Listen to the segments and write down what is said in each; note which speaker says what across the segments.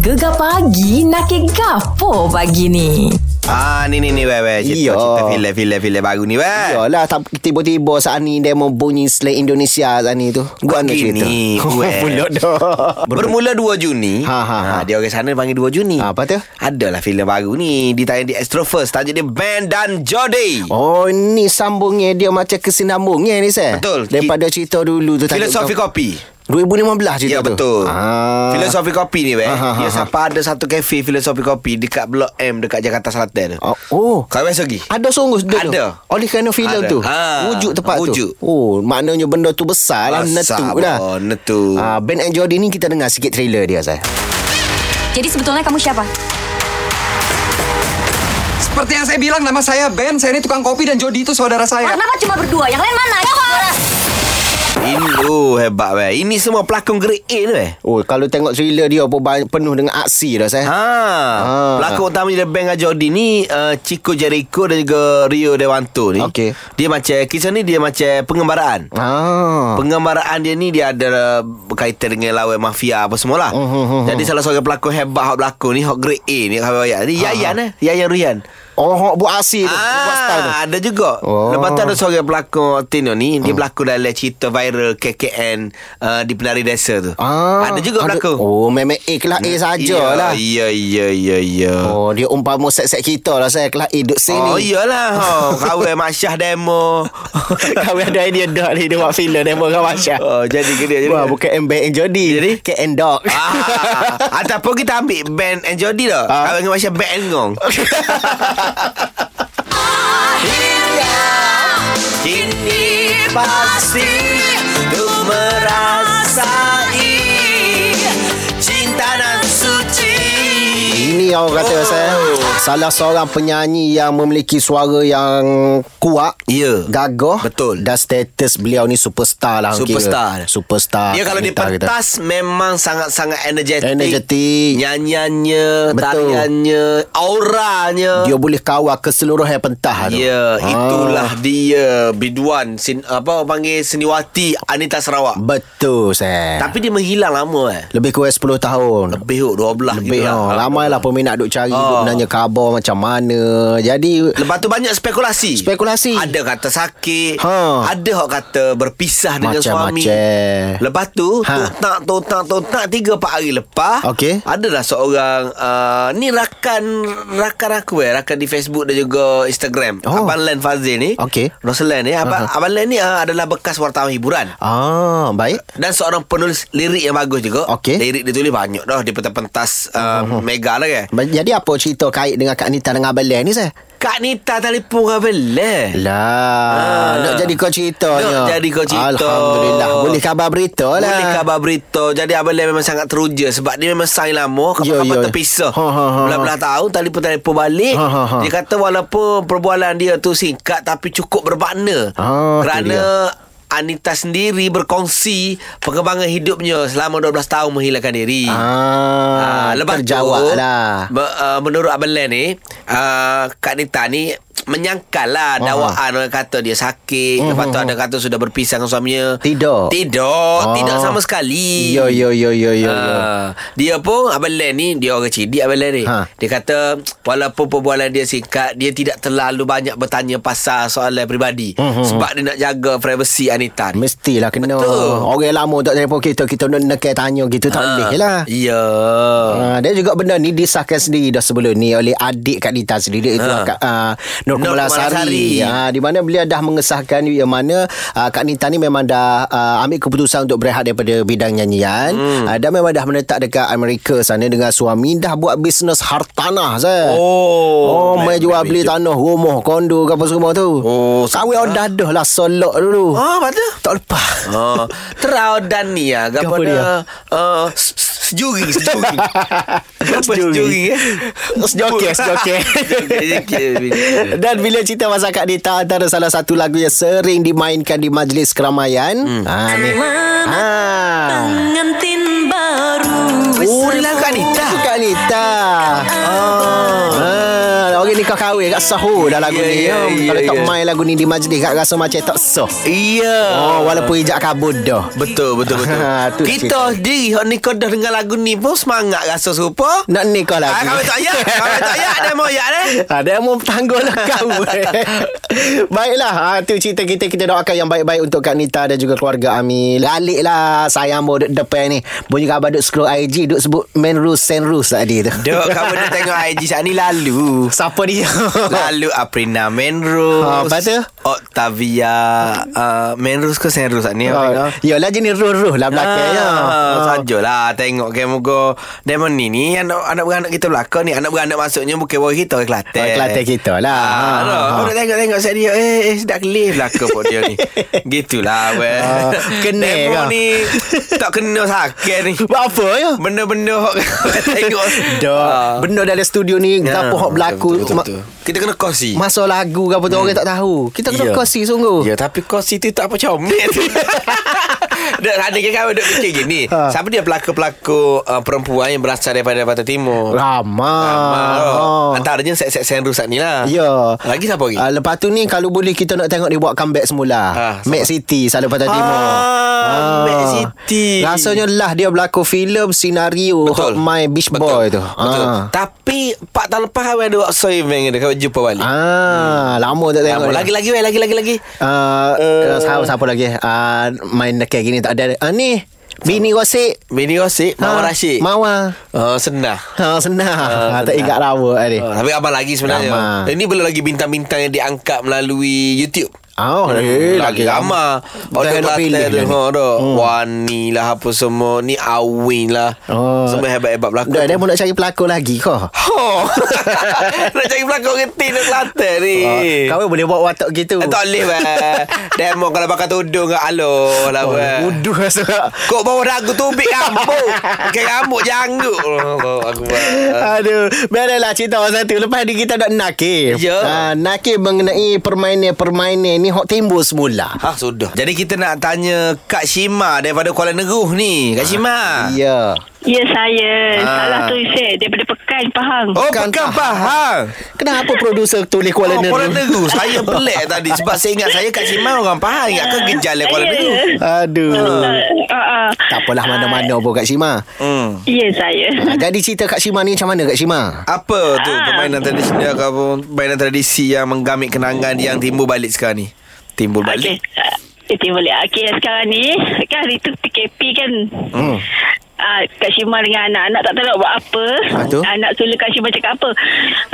Speaker 1: Gegar pagi nak ke gapo pagi ni?
Speaker 2: Ah ni ni ni weh weh cerita,
Speaker 3: Iya.
Speaker 2: cerita filem filem filem baru ni weh.
Speaker 3: Yalah lah, tak, Tiba-tiba saat ni Dia mau bunyi Slang Indonesia saat ni tu Buat nak cerita
Speaker 2: Begini, eh. weh.
Speaker 3: Pulak dah
Speaker 2: Bermula 2 Juni Ah,
Speaker 3: Ha, ha, ha.
Speaker 2: Dia orang sana panggil 2 Juni
Speaker 3: Ha, apa tu?
Speaker 2: Adalah filem baru ni Ditayang di Astro First Tajuk dia Ben dan Jody
Speaker 3: Oh ni sambungnya dia macam kesinambungnya ni saya.
Speaker 2: Betul.
Speaker 3: Daripada cerita dulu tu
Speaker 2: Filosofi
Speaker 3: tajuk-
Speaker 2: kopi
Speaker 3: 2015
Speaker 2: Ya
Speaker 3: cerita tu.
Speaker 2: betul
Speaker 3: Ah.
Speaker 2: Filosofi kopi ni weh
Speaker 3: Ah, ah,
Speaker 2: Dia
Speaker 3: ah,
Speaker 2: sampai ada satu kafe Filosofi kopi Dekat Blok M Dekat Jakarta Selatan
Speaker 3: Oh, oh.
Speaker 2: Kau weh pergi
Speaker 3: Ada sungguh tu tu?
Speaker 2: Ada.
Speaker 3: Oleh kerana filem
Speaker 2: Ada.
Speaker 3: tu
Speaker 2: Ha,
Speaker 3: Wujud tempat
Speaker 2: wujud.
Speaker 3: tu Oh maknanya benda tu besar lah
Speaker 2: Besar,
Speaker 3: Netuk dah
Speaker 2: boh, netuk.
Speaker 3: Ah, Ben and Jody ni kita dengar sikit trailer dia saya.
Speaker 1: Jadi sebetulnya kamu siapa?
Speaker 4: Seperti yang saya bilang, nama saya Ben. Saya ini tukang kopi dan Jody itu saudara saya.
Speaker 1: Kenapa cuma berdua? Yang lain mana?
Speaker 2: Ini oh, hebat weh Ini semua pelakon grade A ni weh
Speaker 3: Oh kalau tengok trailer dia pun banyak, penuh dengan aksi dah saya.
Speaker 2: Ha. ha.
Speaker 3: Ah.
Speaker 2: Pelakon utamanya dia Bang Ajodi ni uh, Chico Jericho dan juga Rio Dewanto ni.
Speaker 3: Okey.
Speaker 2: Dia macam kisah ni dia macam pengembaraan.
Speaker 3: Ah.
Speaker 2: Pengembaraan dia ni dia ada uh, berkaitan dengan lawan mafia apa semua lah.
Speaker 3: Oh, oh, oh, oh.
Speaker 2: Jadi salah seorang pelakon hebat hak berlakon ni hak grade A ni hak wayak. Ni Yayan eh, Yayan Ruyan.
Speaker 3: Oh hok buat aksi tu. Ha, Buat style tu.
Speaker 2: Ah, ada juga.
Speaker 3: Oh. Hmm.
Speaker 2: Lepas tu ada seorang pelakon Tino ni, dia berlakon dalam cerita viral KKN uh, di Penari Desa tu.
Speaker 3: Ah,
Speaker 2: ada juga pelakon.
Speaker 3: Oh, memang A kelas A saja
Speaker 2: Ya,
Speaker 3: lah.
Speaker 2: Ya, ya, ya, ya.
Speaker 3: Oh, dia umpama set-set kita lah saya kelas A duduk sini.
Speaker 2: Oh iyalah ha, Kawan Mak Syah demo
Speaker 3: Kami ada idea dok ni dia buat filem demo dengan Masya.
Speaker 2: Oh jadi ke dia jadi ke?
Speaker 3: Wah, bukan MBN Jody.
Speaker 2: Jadi?
Speaker 3: KN Dog.
Speaker 2: ah, Ataupun kita ambil Ben and Jody dah
Speaker 3: Ah.
Speaker 2: Kawan dengan Mak Syah Ben and Ngong Kini pasti Ku merasai Cinta dan suci
Speaker 3: Ini yang orang kata
Speaker 2: Oh.
Speaker 3: saya Salah seorang penyanyi yang memiliki suara yang kuat
Speaker 2: Ya.
Speaker 3: Gagah
Speaker 2: Betul.
Speaker 3: Dan status beliau ni superstar lah orang
Speaker 2: Superstar.
Speaker 3: kira. Superstar
Speaker 2: Dia Ya, kalau
Speaker 3: kat
Speaker 2: di
Speaker 3: kita, Ah, kita.
Speaker 2: pentas Memang sangat-sangat energetik
Speaker 3: Energetik.
Speaker 2: Nyanyiannya
Speaker 3: Betul.
Speaker 2: Tariannya Auranya
Speaker 3: Dia boleh kawal keseluruhan pentas tu
Speaker 2: Ya,
Speaker 3: Ah.
Speaker 2: itulah dia biduan sin, apa orang panggil seniwati Anita Sarawak.
Speaker 3: Betul saya
Speaker 2: Tapi dia menghilang lama eh.
Speaker 3: Lebih kurang 10 tahun
Speaker 2: Lebih kot 12
Speaker 3: Lebih
Speaker 2: gitu
Speaker 3: oh, Ramai lah peminat duk cari
Speaker 2: Oh.
Speaker 3: oh. Duk nanya khabar macam mana Jadi
Speaker 2: Lepas tu banyak spekulasi.
Speaker 3: Spekulasi.
Speaker 2: Ada kata sakit,
Speaker 3: Ha.
Speaker 2: ada hok kata berpisah dengan suami.
Speaker 3: Macam-macam.
Speaker 2: Lepas tu
Speaker 3: Ha.
Speaker 2: totak totak totak 3 4 hari lepas,
Speaker 3: Okey.
Speaker 2: adalah seorang uh, ni rakan rakan aku eh, rakan di Facebook dan juga Instagram.
Speaker 3: Oh.
Speaker 2: Abang Len Fazil ni.
Speaker 3: Okey. Ha,
Speaker 2: Roslan ni, abang, abang Len ni uh, adalah bekas wartawan hiburan.
Speaker 3: Ah, baik
Speaker 2: Dan seorang penulis lirik yang bagus juga
Speaker 3: Okey. Hmm,
Speaker 2: Lirik dia tulis banyak dah Di pentas-pentas uh, mega lah kan
Speaker 3: Ba- Jadi apa cerita kait dengan Kak Nita dengan Abang Len ni saya?
Speaker 2: Kak Nita telefon kan bela Ah.
Speaker 3: Lah Nak jadi kau ceritanya
Speaker 2: Nak jadi kau cerita.
Speaker 3: Alhamdulillah Boleh khabar berita lah
Speaker 2: Boleh khabar berita Jadi Abang Len memang sangat teruja Sebab dia memang sayang lama
Speaker 3: Ya,
Speaker 2: Khabar-khabar
Speaker 3: ya.
Speaker 2: terpisah
Speaker 3: Ha, ha, ha.
Speaker 2: Belah-belah tahun Telefon-telefon balik
Speaker 3: Ha, ha, ha.
Speaker 2: Dia kata walaupun Perbualan dia tu singkat Tapi cukup bermakna
Speaker 3: Ah, tu
Speaker 2: Kerana Anita sendiri berkongsi perkembangan hidupnya selama 12 tahun menghilangkan diri.
Speaker 3: Ah,
Speaker 2: Ah, lepas
Speaker 3: terjawab
Speaker 2: tu,
Speaker 3: lah.
Speaker 2: Be, uh, menurut Abang Len ni, uh, Kak Nita ni menyangkal lah dakwaan orang kata dia sakit. Lepas tu ada kata sudah berpisah dengan suaminya.
Speaker 3: Mhm. Tidak.
Speaker 2: Tidak.
Speaker 3: Ah.
Speaker 2: Tidak sama sekali.
Speaker 3: Yo yo yo yo yo, yo.
Speaker 2: Ah, dia pun Abang Len ni Dia orang cerdik Abang Len ni
Speaker 3: Ha.
Speaker 2: Dia kata Walaupun perbualan dia singkat Dia tidak terlalu banyak bertanya Pasal soalan peribadi
Speaker 3: Mhm.
Speaker 2: Sebab dia nak jaga Privacy Anita ni
Speaker 3: Mestilah kena
Speaker 2: Betul.
Speaker 3: Orang lama tak telefon kita Kita nak nak tanya gitu Tak boleh lah
Speaker 2: Ya
Speaker 3: Uh, dan juga benda ni disahkan sendiri dah sebelum ni oleh adik Kak Nita sendiri itu
Speaker 2: Ha.
Speaker 3: Kak uh, Nur
Speaker 2: Nur
Speaker 3: Kemala
Speaker 2: Kemala Sari.
Speaker 3: Sari uh, di mana beliau dah mengesahkan yang mana uh, Kak Nita ni memang dah uh, ambil keputusan untuk berehat daripada bidang nyanyian hmm. uh, dan memang dah menetap dekat Amerika sana dengan suami dah buat bisnes hartanah saya.
Speaker 2: Oh.
Speaker 3: Oh, main jual
Speaker 2: Main-
Speaker 3: beli tanah, rumah, kondo, ke apa semua tu.
Speaker 2: Oh,
Speaker 3: Sawit dah dah lah solok dulu.
Speaker 2: Ah, apa tu?
Speaker 3: Tak lepas.
Speaker 2: Oh, terau dan ni ya,
Speaker 3: Gapo
Speaker 2: gapo
Speaker 3: dia?
Speaker 2: dia? Uh, sejuri, sejuri. Apa
Speaker 3: Sejuri.
Speaker 2: sejuri eh?
Speaker 3: Sejoket Sejoket Dan bila cerita masa Kak Dita Antara salah satu lagu yang sering dimainkan Di majlis keramaian hmm. ha, ni. ha.
Speaker 5: pengantin baru
Speaker 2: Oh, dia lagu Kak lah Nita.
Speaker 3: Kak Dita
Speaker 2: Oh.
Speaker 3: ha. Orang ni kau Akad kahwin Akad sahur dah lagu
Speaker 2: Ya,
Speaker 3: ni
Speaker 2: ya,
Speaker 3: Om.
Speaker 2: ya,
Speaker 3: Kalau tak
Speaker 2: ya.
Speaker 3: main lagu ni di majlis Kak rasa macam tak sah
Speaker 2: Iya.
Speaker 3: Oh walaupun hijab kabut dah
Speaker 2: Betul betul betul.
Speaker 3: Ah, tu
Speaker 2: Kita sendiri hok ni kodah dengan lagu ni pun semangat rasa serupa.
Speaker 3: Nak lah. nikah lagi
Speaker 2: Ah, kau tak ya. Kau tak ya ada mau ya deh.
Speaker 3: Ada yang mau tangguh lah kau eh. Baiklah ha, Itu cerita kita Kita doakan yang baik-baik Untuk Kak Nita Dan juga keluarga Ami Lalik lah Sayang mau duduk depan ni Bunyi khabar duduk scroll IG Duduk sebut Man Rus Sen Rus tadi lah tu
Speaker 2: Dok kamu dah tengok IG saat ni lalu.
Speaker 3: Siapa dia
Speaker 2: Lalu Aprina Menrose
Speaker 3: Ha, lepas tu?
Speaker 2: Octavia uh, Menrose ke Senrose saat ni
Speaker 3: Oh,
Speaker 2: oh.
Speaker 3: Yalah jenis ruh-ruh lah Ha. belakangnya
Speaker 2: Ah, sajalah tengok ke muka Demon ni ni anak anak beranak kita belakang ni anak beranak maksudnya bukan orang kita orang Kelantan.
Speaker 3: Orang Kelantan kita
Speaker 2: Ah,
Speaker 3: lah. Ha,
Speaker 2: no.
Speaker 3: ha.
Speaker 2: Orang tengok tengok saya dia eh, eh sedap kelih belakang pun dia ni. Gitulah weh.
Speaker 3: Ah, kena
Speaker 2: Demo
Speaker 3: kau.
Speaker 2: ni tak kena sakit ni.
Speaker 3: Buat apa ya
Speaker 2: Benda-benda hok tengok. Ah.
Speaker 3: Dok Benda dalam studio ni
Speaker 2: Ya,
Speaker 3: Gapo hok berlaku
Speaker 2: betul, betul, betul. Kita kena kosi.
Speaker 3: Ma- Masa lagu ke apa tu Orang tak tahu Kita kena
Speaker 2: Ya.
Speaker 3: kongsi sungguh
Speaker 2: Ya tapi kosi tu tak apa comel Duk ada ke kawan duk fikir gini
Speaker 3: Ha.
Speaker 2: Siapa dia pelakon-pelakon uh, perempuan yang berasal daripada Pantai Timur
Speaker 3: Ha, Ramai
Speaker 2: Ramai
Speaker 3: Oh.
Speaker 2: oh. Antaranya set-set sen rusak ni lah
Speaker 3: Ya
Speaker 2: Lagi siapa lagi?
Speaker 3: Uh, lepas tu ni Kalau boleh kita nak tengok Dia buat comeback semula
Speaker 2: Ah,
Speaker 3: ah, Mad City Salah Pantai Timur
Speaker 2: Ah, Mad City.
Speaker 3: Rasanya lah Dia berlakon filem Senario Hot My Beach Boy tu
Speaker 2: Betul
Speaker 3: Ah.
Speaker 2: Tapi 4 tahun lepas kawan ada waktu event dia Kawan jumpa balik
Speaker 3: Ah, lama tak
Speaker 2: Hmm.
Speaker 3: tengok.
Speaker 2: Lama.
Speaker 3: dia.
Speaker 2: Lagi-lagi weh Lagi-lagi lagi. Eh.
Speaker 3: Ah, uh, siapa, siapa lagi? Ah, main dekat gini tak ada. Ah, ni Bini gosip.
Speaker 2: Bini Rosik Mawar
Speaker 3: Ah,
Speaker 2: Rashid
Speaker 3: Mawar.
Speaker 2: Oh, senang
Speaker 3: Ha, senang.
Speaker 2: Ah,
Speaker 3: Ha, tak
Speaker 2: senang.
Speaker 3: ingat lawa tadi.
Speaker 2: Ah, tapi abang lagi sebenarnya
Speaker 3: Ramai.
Speaker 2: Ini belum lagi bintang-bintang yang diangkat melalui YouTube
Speaker 3: Oh, eh,
Speaker 2: Hmm, lagi ramah
Speaker 3: Dah
Speaker 2: Orang
Speaker 3: nak pilih
Speaker 2: Kelantan tu
Speaker 3: dah ni.
Speaker 2: ha, dah.
Speaker 3: Hmm.
Speaker 2: Wani lah apa semua Ni Awin lah
Speaker 3: Oh.
Speaker 2: Semua hebat-hebat
Speaker 3: Dah,
Speaker 2: belakang
Speaker 3: dia pun nak cari pelakon lagi kau.
Speaker 2: Ho. Nak cari pelakon reti Nak Kelantan ni
Speaker 3: Eh. Kau boleh buat watak gitu.
Speaker 2: Eh, tak boleh bah. Demo kalau pakai tudung ke alo lah
Speaker 3: Oh,
Speaker 2: bah.
Speaker 3: Uduh rasa.
Speaker 2: Kau bawa dagu tubik rambut. Bukan rambut janggut. Oh, aku bah.
Speaker 3: Aduh Biarlah cerita orang satu Lepas ni kita nak nakir
Speaker 2: Ya.
Speaker 3: Ah, Nakir mengenai permainan-permainan ni Hok timbul semula
Speaker 2: Ha sudah. Jadi kita nak tanya Kak Shima daripada Kuala Neguh ni. Kak Shima.
Speaker 3: Ah. Ya
Speaker 6: Ya saya
Speaker 2: Ah.
Speaker 6: Salah tu Isai Daripada Pekan Pahang
Speaker 2: Oh,
Speaker 3: Kan
Speaker 2: Pekan
Speaker 3: Pahang.
Speaker 2: Pahang.
Speaker 3: Kenapa produser tulis
Speaker 2: Oh,
Speaker 3: Kuala Neru?
Speaker 2: Kuala Neguh. Saya pelik tadi sebab saya ingat saya Kak Shima orang Pahang. Ingat ke gejala Kuala
Speaker 6: Ya.
Speaker 2: Neguh.
Speaker 3: Aduh
Speaker 2: Ah.
Speaker 6: uh,
Speaker 3: Tak apalah mana-mana pun Kak Shima
Speaker 2: Hmm.
Speaker 6: Ya saya
Speaker 3: Ah, Jadi cerita Kak Shima ni macam mana Kak Shima?
Speaker 2: Apa tu permainan tradisional ataupun permainan tradisi yang menggamit kenangan yang timbul balik sekarang ni? Timbul
Speaker 6: Okey
Speaker 2: balik.
Speaker 6: Ah, Itu boleh Okey sekarang ni Kan hari tu PKP kan hmm. Ah, Kak Syima dengan anak-anak tak tahu nak buat apa
Speaker 3: Ah, tu?
Speaker 6: Anak suruh Kak Syima cakap apa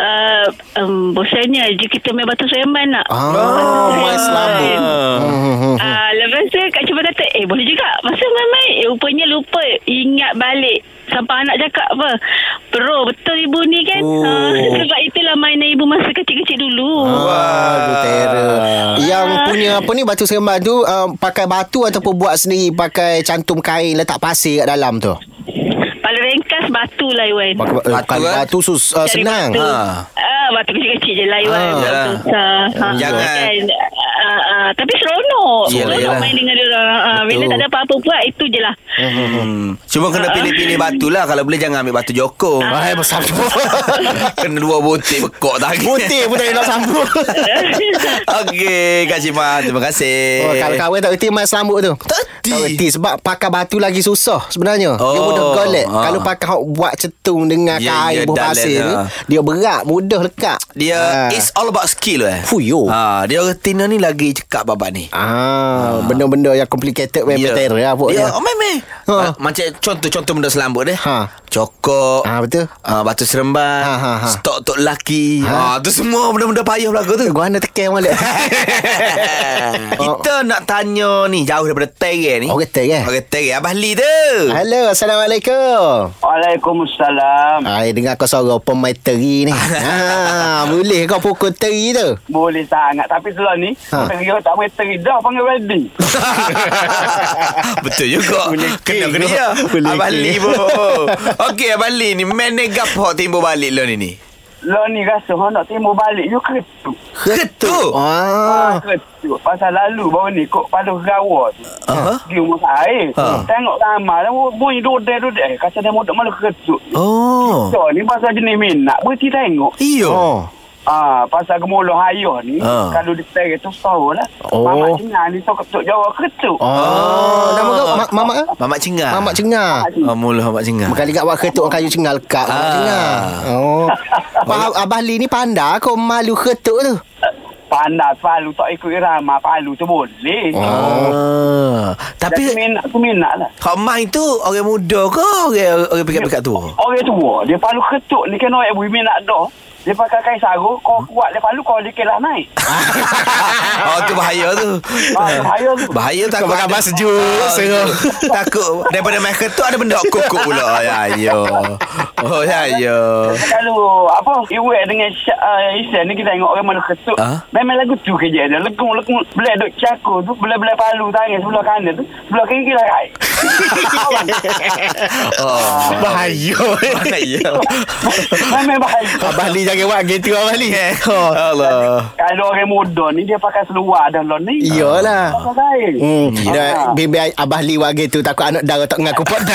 Speaker 6: uh, um, Bosannya je kita main batu seremban nak
Speaker 3: Ah,
Speaker 2: Oh,
Speaker 3: main
Speaker 6: Hmm.
Speaker 3: selambut.
Speaker 2: Ah.
Speaker 3: Hmm, hmm.
Speaker 6: Ah, lepas tu Kak Cuma kata Eh boleh juga Masa main-main eh, Rupanya lupa Ingat balik Sampai anak cakap apa Bro betul ibu ni kan
Speaker 2: Oh.
Speaker 6: Ah, Sebab itulah mainan ibu Masa kecil-kecil dulu
Speaker 3: Ah. Aduh terror Yang punya apa ni Batu seremban tu uh, Pakai batu ataupun buat sendiri Pakai cantum kain Letak pasir kat dalam tu
Speaker 6: Paling ringkas batu lah Iwan
Speaker 3: Pakai batu,
Speaker 2: Batu,
Speaker 3: batu,
Speaker 2: eh?
Speaker 3: batu sus, uh,
Speaker 6: Cari
Speaker 3: senang
Speaker 6: Batu,
Speaker 2: Ha.
Speaker 6: ah, batu kecil-kecil je lah Iwan
Speaker 3: Ah,
Speaker 6: Tak
Speaker 2: yalah.
Speaker 6: Susah Ha,
Speaker 2: Jangan.
Speaker 6: kan? Ah, ah, Tapi seronok
Speaker 2: Yelah,
Speaker 6: Seronok
Speaker 2: yelah.
Speaker 6: main dengan dia orang Ah, Bila
Speaker 3: Betul.
Speaker 6: tak ada apa-apa buat Itu je lah
Speaker 2: Hmm. Cuma kena pilih-pilih batu lah Kalau boleh jangan ambil batu joko
Speaker 3: Hai besar tu
Speaker 2: Kena dua butik bekok tangan
Speaker 3: Putih pun tak boleh nak sambung Hmm.
Speaker 2: Okey Kak Cima Terima kasih
Speaker 3: Oh, kalau kawan tak erti main selambut tu
Speaker 2: Eh. Tak erti.
Speaker 3: Tak erti Sebab pakai batu lagi susah sebenarnya Dia
Speaker 2: Oh,
Speaker 3: mudah golek
Speaker 2: ah.
Speaker 3: Kalau pakai hok buat cetung dengan
Speaker 2: Ya, ya,
Speaker 3: kain buah
Speaker 2: dalam,
Speaker 3: pasir ni
Speaker 2: ah.
Speaker 3: Dia berat Mudah lekat
Speaker 2: Dia
Speaker 3: Ah.
Speaker 2: It's all about skill eh
Speaker 3: Fuyo.
Speaker 2: ha, Dia orang Tina ni lagi cekap babak ni
Speaker 3: Ah, benda-benda yang complicated memang yeah. terror lah
Speaker 2: dia,
Speaker 3: pokoknya.
Speaker 2: Oh memang
Speaker 3: Ha.
Speaker 2: ha. Macam contoh-contoh benda selambut dia
Speaker 3: Ha.
Speaker 2: Cokok
Speaker 3: Ah, betul.
Speaker 2: Ah, Batu seremban
Speaker 3: Ha, ha, ha.
Speaker 2: Stok untuk lelaki ha. tu semua benda-benda payah belakang tu
Speaker 3: Gua nak tekan balik.
Speaker 2: Kita nak tanya ni Jauh daripada Tereng ni
Speaker 3: Orang Tereng, eh?
Speaker 2: Orang Tereng Abah Lee tu
Speaker 3: Halo, Assalamualaikum.
Speaker 7: Waalaikumsalam.
Speaker 3: Hai, dengar kau suara pemain teri ni. ha, boleh kau pukul teri tu.
Speaker 7: Boleh sangat. Tapi setelah ni,
Speaker 3: Ha.
Speaker 7: ha. teri tak main teri dah panggil wedding.
Speaker 2: Betul juga
Speaker 3: Boleh
Speaker 2: Kena
Speaker 3: king,
Speaker 2: kena
Speaker 3: bro.
Speaker 2: ya
Speaker 3: Boleh
Speaker 2: Abah
Speaker 3: king.
Speaker 2: Lee pun Okey Abah Lee ni Mana gapo timbul balik lo ni ni
Speaker 7: Lo ni rasa hang nak timur balik, you ketuk.
Speaker 2: Ketuk
Speaker 3: Ah.
Speaker 7: Ah. Ketuk. Pasal lalu baru ni kok paduh gawa tu.
Speaker 2: Aha.
Speaker 7: Di rumah air.
Speaker 2: Ha.
Speaker 7: Tengok ramai dah bunyi dodel-dodel. Eh, kata dia modok malu ketuk.
Speaker 2: Oh
Speaker 7: So ni pasal jenis minat, berhenti tengok.
Speaker 2: Iyo
Speaker 3: Oh.
Speaker 7: Ah, pasal gemuluh ayah ni
Speaker 2: Ah.
Speaker 7: kalau di tengah tu sawa lah.
Speaker 3: Oh.
Speaker 7: Mamak Cina ni tu ketuk Jawa ketuk.
Speaker 3: Oh, nama kau ma- mamak ah?
Speaker 2: Mamak Cengar.
Speaker 3: Mamak cengar.
Speaker 2: Oh, mula Mamak Cengar.
Speaker 3: Bukan dekat awak ketuk orang kayu cengal kak. Mamak
Speaker 2: Ah.
Speaker 3: cengar. Oh. Abah, Abah Lee ni pandai kau malu ketuk tu.
Speaker 7: Pandai palu tak ikut irama palu tu boleh.
Speaker 2: Ah.
Speaker 7: Tapi
Speaker 2: Ha. Tapi
Speaker 7: minat tu minat lah.
Speaker 2: Kak Mai tu orang muda ke orang orang pekat-pekat tu?
Speaker 7: Orang tua dia palu ketuk ni kena ayah bui minat dah. Dia pakai kain sarung, kau kuat dia palu kau dikit lah naik.
Speaker 2: oh tu bahaya tu.
Speaker 7: Ah, bahaya tu.
Speaker 2: Bahaya takut.
Speaker 3: Kau makan
Speaker 2: ada-
Speaker 3: sejuk,
Speaker 2: Ah,
Speaker 3: seru.
Speaker 2: tu. Takut daripada makan tu ada benda kokok pula. Oh, Ya ya. Oh ya ya.
Speaker 7: Kalau apa Iwek dengan Syak- uh, Isan ni kita tengok orang mana ketuk
Speaker 2: Ah?
Speaker 7: Memang lagu tu kerja dia Legung legung Belah duk cakul tu Belah-belah palu tangan sebelah kanan tu Sebelah kiri lah, kira kait
Speaker 2: Oh.
Speaker 3: Bahaya.
Speaker 2: Bahaya.
Speaker 7: Memang bahaya
Speaker 3: Abah Lee jangan buat gitu Abah Lee. Oh.
Speaker 2: Allah.
Speaker 7: Kalau orang muda ni Dia pakai seluar dan lon ni
Speaker 3: Iyalah.
Speaker 7: Pasal lain
Speaker 3: Hmm, dah
Speaker 7: Ah.
Speaker 3: bibi Abah Lee buat gitu takut anak dara tak mengaku pot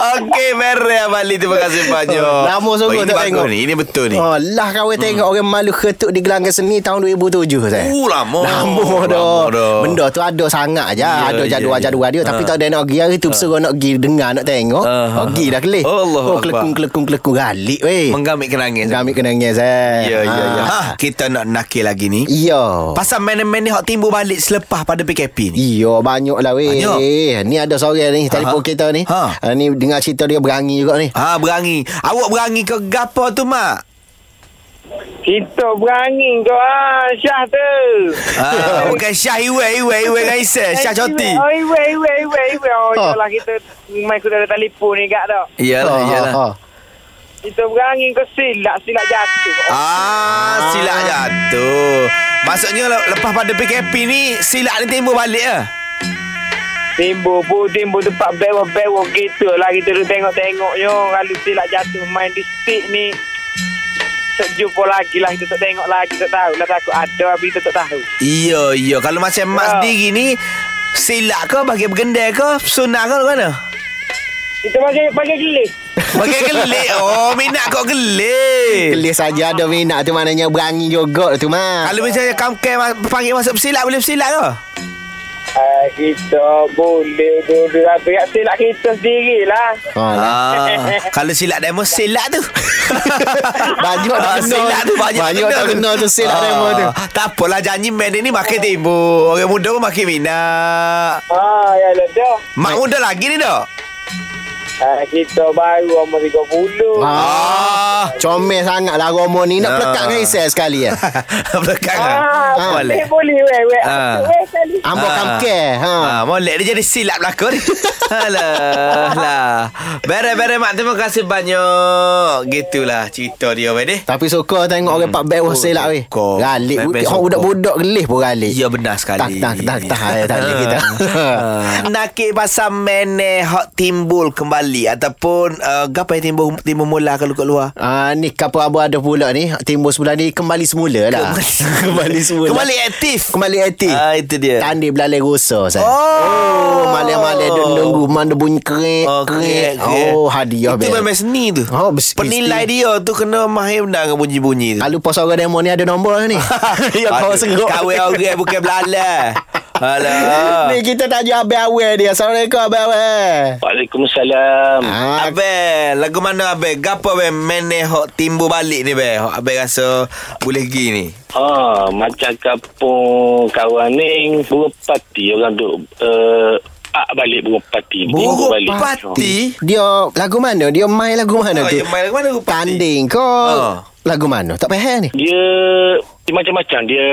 Speaker 2: Okey, Merah Abali. Terima kasih banyak.
Speaker 3: Oh,
Speaker 2: Oh,
Speaker 3: Lama sungguh
Speaker 2: ini
Speaker 3: tak
Speaker 2: bagus
Speaker 3: tengok.
Speaker 2: Ni. Ini betul ni. Hmm.
Speaker 3: Oh, lah kawan tengok orang malu ketuk di gelanggang seni tahun 2007 saya.
Speaker 2: Uh, lama.
Speaker 3: Lama dah.
Speaker 2: Lama dah.
Speaker 3: Benda tu ada sangat je.
Speaker 2: Ya,
Speaker 3: ada
Speaker 2: ya,
Speaker 3: jadual-jadual
Speaker 2: ya.
Speaker 3: dia tapi
Speaker 2: Ha.
Speaker 3: tak ada nak pergi hari tu berseru nak pergi dengar nak tengok.
Speaker 2: Ha, ha,
Speaker 3: Uh, pergi dah kelih.
Speaker 2: Allah
Speaker 3: oh,
Speaker 2: Akbar.
Speaker 3: kelekung-kelekung kelekung galik weh.
Speaker 2: Menggamit kenangan.
Speaker 3: Kami kena nangis eh.
Speaker 2: Ya, ya, ya.
Speaker 3: Ha.
Speaker 2: Ha, kita nak nakil lagi ni.
Speaker 3: Ya.
Speaker 2: Oh. Pasal mana-mana hak timbul balik selepas pada PKP ni.
Speaker 3: Iya banyak lah weh
Speaker 2: Banyak.
Speaker 3: Ni ada seorang ni
Speaker 2: Ha.
Speaker 3: Telefon kita ni
Speaker 2: Ha.
Speaker 3: ha. Ni dengar cerita dia berangi juga ni
Speaker 2: Ha, berangi. Awak berangi ke gapo tu, Mak?
Speaker 7: Kita berangin kau ah, Syah tu
Speaker 2: Ah, bukan Syah Iwe, Iwe, Iwe dengan Isel. Syah Coti.
Speaker 7: Oh iwe iwe iwe iwe Oh
Speaker 3: Oh.
Speaker 7: iyalah kita Main kuda telefon ni kat dah
Speaker 2: Iyalah,
Speaker 3: Ha, ha,
Speaker 2: iyalah.
Speaker 3: ha.
Speaker 7: Kita berangin kau silap Silap jatuh
Speaker 2: Ah, silap jatuh. Maksudnya le- lepas pada PKP ni silap ni timbul balik ah.
Speaker 7: Timbul pun timbul tempat bewok-bewok gitu lah Kita dulu tengok-tengok yo Kalau silap jatuh main di stick ni Tak jumpa lagi lah Kita tak tengok lagi Tak tahu lah takut ada Habis kita tak tahu
Speaker 2: Iya, iya. Kalau macam Mak
Speaker 7: Ya.
Speaker 2: sendiri ni silap ke bagi bergendai ke sunah ke mana?
Speaker 7: Kita pakai pakai gelis
Speaker 2: Bagi gelik. Oh, minat kau gelik.
Speaker 3: Kelih saja ada minat tu Maknanya berangi juga tu mah
Speaker 2: Kalau misalnya kamkai ma- panggil masuk bersilap boleh bersilap ke?
Speaker 7: ah, Kita boleh duduk lah. Tapi kat silap kita sendiri lah
Speaker 3: ha.
Speaker 2: Ah, kalau silap demo silap tu.
Speaker 3: Banyak tak
Speaker 2: Ah,
Speaker 3: kena.
Speaker 2: Silap tu banyak,
Speaker 3: Banyak tak kena tu silap
Speaker 2: Ah,
Speaker 3: demo tu.
Speaker 2: Tak apalah janji man ni makin timbul. Orang muda pun makin minat.
Speaker 7: Ah, ya lah dah
Speaker 2: Mak muda lagi ni tak?
Speaker 7: ah, Kita baru umur 30
Speaker 3: Ha.
Speaker 2: Ah.
Speaker 3: Comel sangat lah Romo ni
Speaker 2: Ah.
Speaker 3: Nak pelekat dengan Isel sekali eh
Speaker 2: Belakang lah.
Speaker 7: Ah,
Speaker 2: Molek.
Speaker 7: boleh boleh weh weh
Speaker 2: Ah.
Speaker 7: Weh kali
Speaker 3: Ambo
Speaker 2: Ah.
Speaker 3: kamke ha.
Speaker 2: Ah, molek dia jadi silap belakang ni. Alah, lah. Bere-bere mak terima kasih banyak. Gitulah cerita dia weh deh.
Speaker 3: Tapi suka tengok orang pak bawah selak weh.
Speaker 2: Hmm. suka.
Speaker 3: Galik
Speaker 2: Memang
Speaker 3: orang
Speaker 2: suka.
Speaker 3: budak-budak gelih pun galik.
Speaker 2: Ya benar sekali.
Speaker 3: Eh, Tak, tak, tak, tak, eh, tak boleh kita.
Speaker 2: Ah. Nakik pasal mene hak timbul kembali ataupun uh, gapai timbul timbul mula kalau kat luar.
Speaker 3: Ah ni kapal abu ada pula ni timbul sebulan ni kembali semula lah. kembali semula.
Speaker 2: Kembali aktif.
Speaker 3: kembali aktif.
Speaker 2: Ah, itu dia.
Speaker 3: Tanding belalai rosa saya.
Speaker 2: Oh.
Speaker 3: malam-malam dia nunggu mana bunyi kerik,
Speaker 2: Oh,
Speaker 3: kerik.
Speaker 2: kerik.
Speaker 3: Oh, hadiah
Speaker 2: Itu
Speaker 3: bel.
Speaker 2: memang seni tu
Speaker 3: Oh, bes-
Speaker 2: Penilai
Speaker 3: mesti.
Speaker 2: dia tu Kena mahir benar Dengan bunyi-bunyi tu
Speaker 3: Kalau pas orang demo ni ada nombor ni. ya kau serok.
Speaker 2: Kawin orang bukan belalai Alah
Speaker 3: Ni kita tanya abang awal dia. Assalamualaikum abang awal.
Speaker 7: Waalaikumsalam
Speaker 3: Ah,
Speaker 2: Abel, lagu mana Abel? Gapo Abel mene hok timbul balik ni Abel? Hok Abel rasa boleh pergi ni.
Speaker 8: Ah, macam kampung kawan ni berpati orang duk uh, ak balik berpati.
Speaker 2: Buruk pati.
Speaker 3: dia lagu mana? Dia main lagu mana
Speaker 2: Oh,
Speaker 3: tu?
Speaker 2: dia main lagu mana lagu pati?
Speaker 3: Tanding kau.
Speaker 2: Oh.
Speaker 3: Lagu mana? Tak faham ni.
Speaker 8: Dia, dia macam-macam dia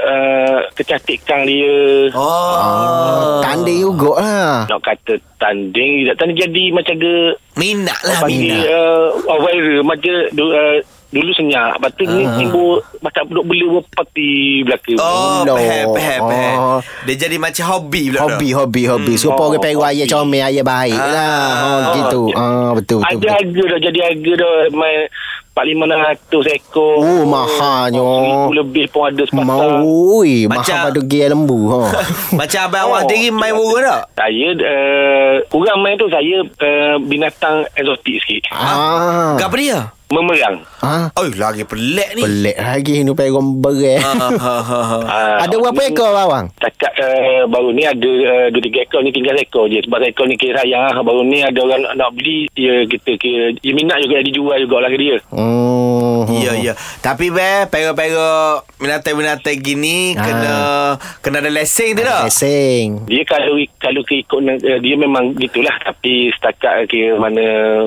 Speaker 8: uh, kecantikan dia
Speaker 2: Oh.
Speaker 3: Ah, Tanding juga lah.
Speaker 2: Ya,
Speaker 8: nak kata tanding tak tanding jadi macam ke
Speaker 2: Minat lah
Speaker 8: panggil
Speaker 2: minat.
Speaker 8: uh, oh, viral macam du, uh, dulu senyap lepas tu ni
Speaker 3: Ah.
Speaker 8: timbul macam duk beli berpati belaka
Speaker 2: Oh,
Speaker 3: No.
Speaker 2: peh, peh, peh.
Speaker 3: Oh.
Speaker 2: Dia jadi macam hobi pula.
Speaker 3: Hobi, hobi, hobi. Suka
Speaker 8: Oh,
Speaker 3: orang pergi ayah
Speaker 8: hobi.
Speaker 3: comel, ayah baik
Speaker 2: Hmm. Ah. Ya.
Speaker 3: lah. Oh, gitu. Ah, betul, betul.
Speaker 8: ada
Speaker 3: betul.
Speaker 8: harga dah jadi harga dah main 4500 ekor.
Speaker 3: Oh, mahalnya.
Speaker 8: 1000 lebih pun ada sepasang.
Speaker 3: Mau, ui,
Speaker 2: Macam-
Speaker 3: mahal pada gaya lembu. Ha.
Speaker 2: Macam abang awak
Speaker 8: Oh,
Speaker 2: sendiri main burung tak?
Speaker 8: Saya eh, uh, kurang main tu saya uh, binatang eh, eksotik sikit.
Speaker 3: ah.
Speaker 2: Gapo dia?
Speaker 8: memerang.
Speaker 3: Ha?
Speaker 2: Oi, lagi pelik ni.
Speaker 3: Pelik lagi ni pegang berat.
Speaker 2: Ha, ha, ha, ha.
Speaker 8: Ah,
Speaker 3: Ada berapa
Speaker 8: ni-
Speaker 3: ekor bawang?
Speaker 8: Cakap uh, baru ni ada uh, dua tiga ekor ni tinggal ekor je sebab ekor ni kira sayang ah. baru ni ada orang nak, nak beli dia kita kira dia minat juga dia dijual juga lah ke dia.
Speaker 3: Hmm.
Speaker 2: Ya ya Tapi be Pera-pera Binatang-binatang gini
Speaker 3: Ah.
Speaker 2: Kena Kena ada lesen tu tak
Speaker 3: Asing.
Speaker 8: Dia kalau kalau keikut uh, dia memang gitulah tapi setakat kira mana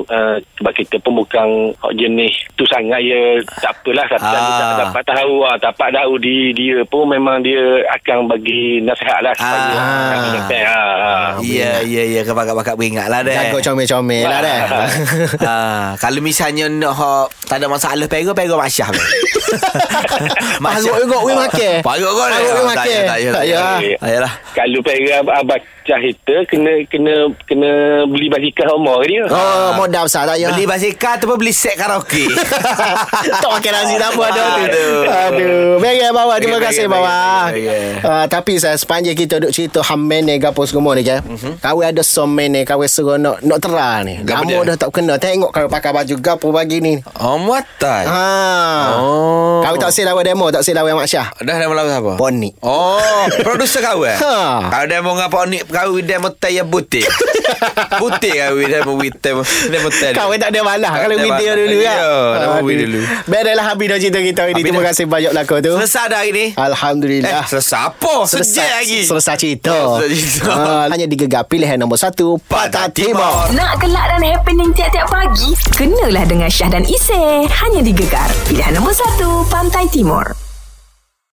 Speaker 8: uh, sebab kita pembukang hak jenis tu sangat ya tak apalah tapi
Speaker 2: Ah.
Speaker 8: tak dapat tahu ah dapat tahu di dia pun memang dia akan bagi nasihat lah supaya
Speaker 2: Ah.
Speaker 8: nak menyetel. ah. ah.
Speaker 2: Ya ya ya Kau bakar-bakar beringat lah deh
Speaker 3: Jaga comel-comel lah dah.
Speaker 2: ha, Kalau misalnya nak hak Tak ada masalah Pera Pera Mak Syah be. Mak Syah.
Speaker 3: Parut juga we makan.
Speaker 2: Parut kot
Speaker 3: Parut we
Speaker 2: Tak
Speaker 3: makan.
Speaker 2: payah Tak payah
Speaker 3: Tak payah.
Speaker 8: Okey.
Speaker 2: Tak payah lah
Speaker 8: Kalau pera abah cahita kena kena kena beli basikal homo ke dia.
Speaker 3: Oh, modal besar tak ya.
Speaker 2: Beli basikal ataupun beli set karaoke
Speaker 3: tak pakai nasi tak apa ada
Speaker 2: Aduh.
Speaker 3: Aduh. Aduh. Baiklah bawang. Terima
Speaker 2: Baiklah,
Speaker 3: kasih
Speaker 2: baiklah,
Speaker 3: bawang.
Speaker 2: baiklah, baiklah.
Speaker 3: Ah, tapi saya sepanjang kita duk cerita hamen ni gapo semua ni kan.
Speaker 2: Mhm.
Speaker 3: Kau ada somen ni, kau seronok nak terang ni.
Speaker 2: Gapo
Speaker 3: Lama
Speaker 2: dia?
Speaker 3: dah tak kena. Tengok kau pakai baju gapo pagi ni.
Speaker 2: Oh muatai
Speaker 3: Ha.
Speaker 2: Oh.
Speaker 3: Kau tak sel lawan demo, tak sel lawan Mak Syah.
Speaker 2: Dah dah melawan siapa?
Speaker 3: Poni.
Speaker 2: Oh, producer kau eh?
Speaker 3: Ha.
Speaker 2: Kalau dia mau ngapa ni, kau dia mau tayar butik. butik kau dia mau witai, dia mau tayar.
Speaker 3: Kau tak ada malah
Speaker 2: Tak
Speaker 3: Kalau
Speaker 2: ada
Speaker 3: video
Speaker 2: malah.
Speaker 3: dulu kan
Speaker 2: Ya, dah movie dulu.
Speaker 3: Baiklah habis dah cerita kita hari ni
Speaker 2: Habis
Speaker 3: Terima
Speaker 2: dah.
Speaker 3: kasih banyak lah kau tu
Speaker 2: Selesai dah hari ni. Eh,
Speaker 3: Alhamdulillah
Speaker 2: selesai apa? Sejak lagi.
Speaker 3: Selesai cerita
Speaker 2: Oh, selesai cerita.
Speaker 3: Ah, Hanya digegar pilihan nombor satu
Speaker 2: Patah
Speaker 3: Patah Timur
Speaker 2: Timur.
Speaker 1: Nak gelak dan happening tiap-tiap pagi? Kenalah dengan Syah dan Isy. Hanya di Gegar. Pilihan nombor 1, Pantai Timur.